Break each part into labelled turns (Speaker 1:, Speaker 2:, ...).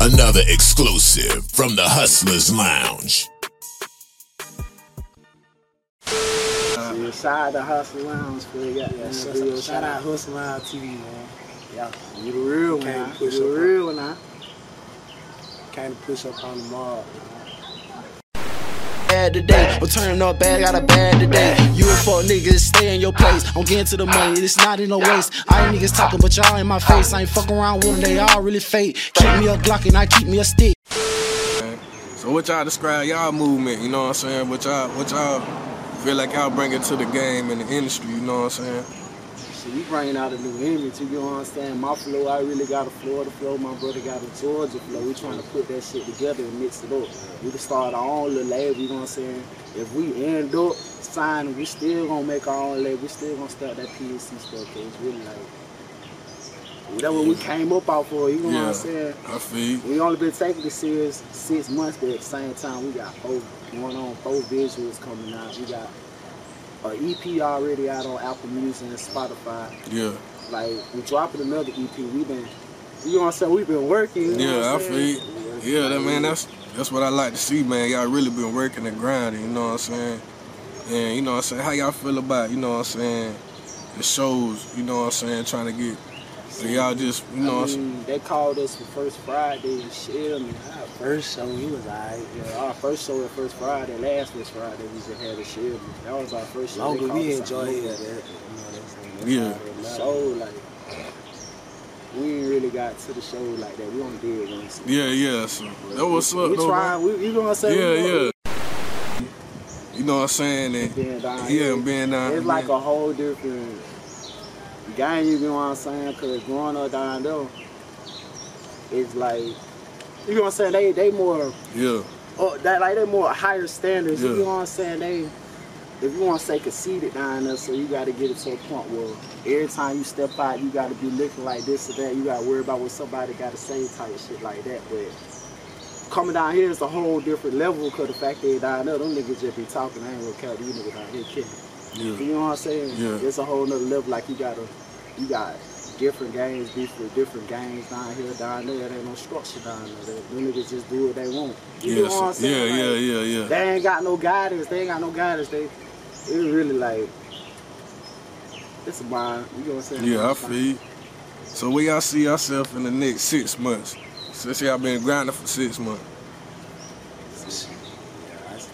Speaker 1: Another exclusive from the Hustlers Lounge.
Speaker 2: Inside the Hustle Lounge, for you got that
Speaker 3: that's
Speaker 2: shout,
Speaker 3: a
Speaker 2: shout
Speaker 3: shout
Speaker 2: out
Speaker 3: out.
Speaker 2: Hustle Lounge TV, man.
Speaker 3: Yeah.
Speaker 2: You the real one,
Speaker 3: Came to
Speaker 2: now. you
Speaker 3: push up
Speaker 2: the
Speaker 3: on-
Speaker 2: real one. now. Came to push up on the mob. man.
Speaker 4: bad today. I'm turning up bad, got a bad today. You and fuck niggas, stay in your place. I'm getting to the money, it's not in no waste. I ain't niggas talking, but y'all in my face. I ain't fuck around with them, they all really fake. Keep me a Glock and I keep me a stick.
Speaker 5: So what y'all describe y'all movement, you know what I'm saying? What y'all what y'all feel like y'all bring it to the game and the industry, you know what I'm saying?
Speaker 2: So you bringing out a new image, you know what I'm saying? My flow, I really got a Florida flow, my brother got a Georgia flow. We trying to put that shit together and mix it up. We can start our own little label, you know what I'm saying? If we end up signing, we still gonna make our own label, we still gonna start that PNC stuff, 'cause it's really like, that's what we came up out for, you know what
Speaker 5: Yeah.
Speaker 2: I'm saying?
Speaker 5: I feel you.
Speaker 2: We only been taking this serious six months, but at the same time, we got four going on, four visuals coming out. We got an EP already out on Apple Music and Spotify.
Speaker 5: Yeah.
Speaker 2: Like we dropping another EP. We been, you know what I'm saying? We been working. You know
Speaker 5: Yeah, I
Speaker 2: what I'm
Speaker 5: feel
Speaker 2: saying?
Speaker 5: you. Yeah, that man, that's that's what I like to see, man. Y'all really been working and grinding, you know what I'm saying? And you know what I'm saying, how y'all feel about, you know what I'm saying, the shows, you know what I'm saying, trying to get so y'all just you
Speaker 2: I
Speaker 5: know what I'm
Speaker 2: mean, they called us for first Friday and shit. I mean, our first show, we was alright. Yeah, our first show at first Friday, last first Friday, we just had a shit. That was our first
Speaker 3: As
Speaker 2: show.
Speaker 3: long
Speaker 2: They
Speaker 3: as
Speaker 2: called
Speaker 3: we
Speaker 2: us
Speaker 3: enjoy
Speaker 2: out.
Speaker 3: it, that, you know, that's, that's
Speaker 5: Yeah.
Speaker 3: all that matters.
Speaker 2: show like we ain't really got to the show like that. We only did once.
Speaker 5: Yeah, yeah, so that what's up
Speaker 2: we
Speaker 5: though. man.
Speaker 2: trying. We, you know what I'm saying?
Speaker 5: Yeah, yeah. You know what I'm saying? And,
Speaker 2: Being down
Speaker 5: yeah,
Speaker 2: here.
Speaker 5: being down
Speaker 2: It's like a whole different game. You know what I'm saying? Cause growing up down there, it's like you know what I'm saying. They they more
Speaker 5: yeah.
Speaker 2: oh that like they more higher standards. You
Speaker 5: Yeah.
Speaker 2: know what I'm saying? They if you want to say conceited down there, so you got to get it to a point where every time you step out, you got to be looking like this or that. You got to worry about what somebody got to say, type of shit like that. But coming down here is a whole different level because the fact that down there, them niggas just be talking. I ain't gonna count these niggas down here killing.
Speaker 5: Yeah.
Speaker 2: You know what I'm saying?
Speaker 5: Yeah.
Speaker 2: It's a whole nother level. Like you gotta, you got different games, different different games down here, down there. There ain't no structure down there. Them niggas just do what they want. You know
Speaker 5: Yeah,
Speaker 2: what I'm
Speaker 5: so- yeah,
Speaker 2: saying? Like,
Speaker 5: yeah, yeah, yeah.
Speaker 2: they ain't got no guidance. They ain't got no guidance. They, it's really like, it's a mind. You know what I'm saying?
Speaker 5: Yeah, I feel you. So where y'all see yourself in the next six months? Since y'all been grinding for six months.
Speaker 3: Yeah, I see.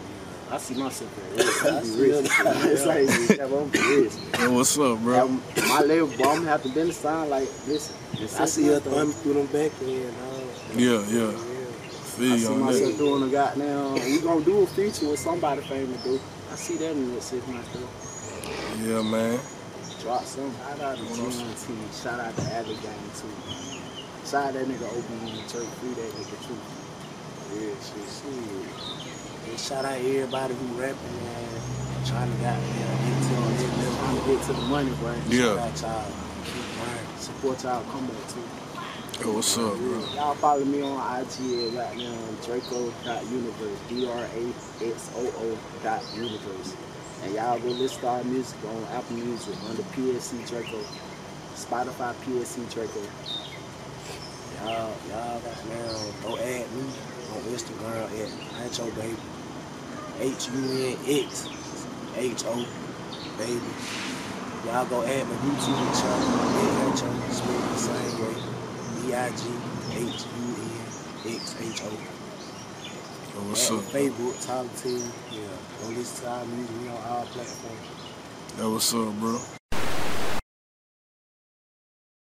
Speaker 2: I see myself there. I
Speaker 3: see
Speaker 2: be rich.
Speaker 3: it.
Speaker 2: It's like, yeah, bro, I'm rich.
Speaker 5: Yo, what's up, bro?
Speaker 2: Um, My level, bro, I'm gonna have to bend the sign like this.
Speaker 3: I see her thumbing through them back end. huh?
Speaker 5: Yeah, yeah.
Speaker 2: I
Speaker 5: Feel you
Speaker 2: see
Speaker 5: on
Speaker 2: myself
Speaker 5: that.
Speaker 2: doing a goddamn. We gonna do a feature with somebody famous, dude. I see that in the six months, though.
Speaker 5: Yeah, man.
Speaker 2: Drop some. Shout out to GNT. Shout out to Alley Gang too. Shout out that nigga open in the church. Free that nigga too. Yeah, shit,
Speaker 3: And shout out everybody who rapping, man. Trying to goddamn get to on
Speaker 2: shit.
Speaker 3: this level.
Speaker 2: Trying to get to the money, bro.
Speaker 5: Yeah.
Speaker 3: Shout out y'all. Keep grinding.
Speaker 2: Support y'all come up too.
Speaker 5: Yo, what's up, bro?
Speaker 2: Y'all follow me on IG at right now Draco.universe. D-R-A-X-O-O dot universe. And y'all go listen to our music on Apple Music under PSC Draco. Spotify PSC Draco.
Speaker 3: Y'all, y'all got now, go add me on Instagram at Hancho Baby. H U N X H O Baby. Y'all go add my YouTube channel at Hancho Spelled the same way. B I G H U N X H O.
Speaker 5: Yo, what's
Speaker 3: Add
Speaker 5: up?
Speaker 3: my Facebook, Tyler T. Yeah. Go listen to our music. We on all platforms.
Speaker 5: Yo, what's up, bro?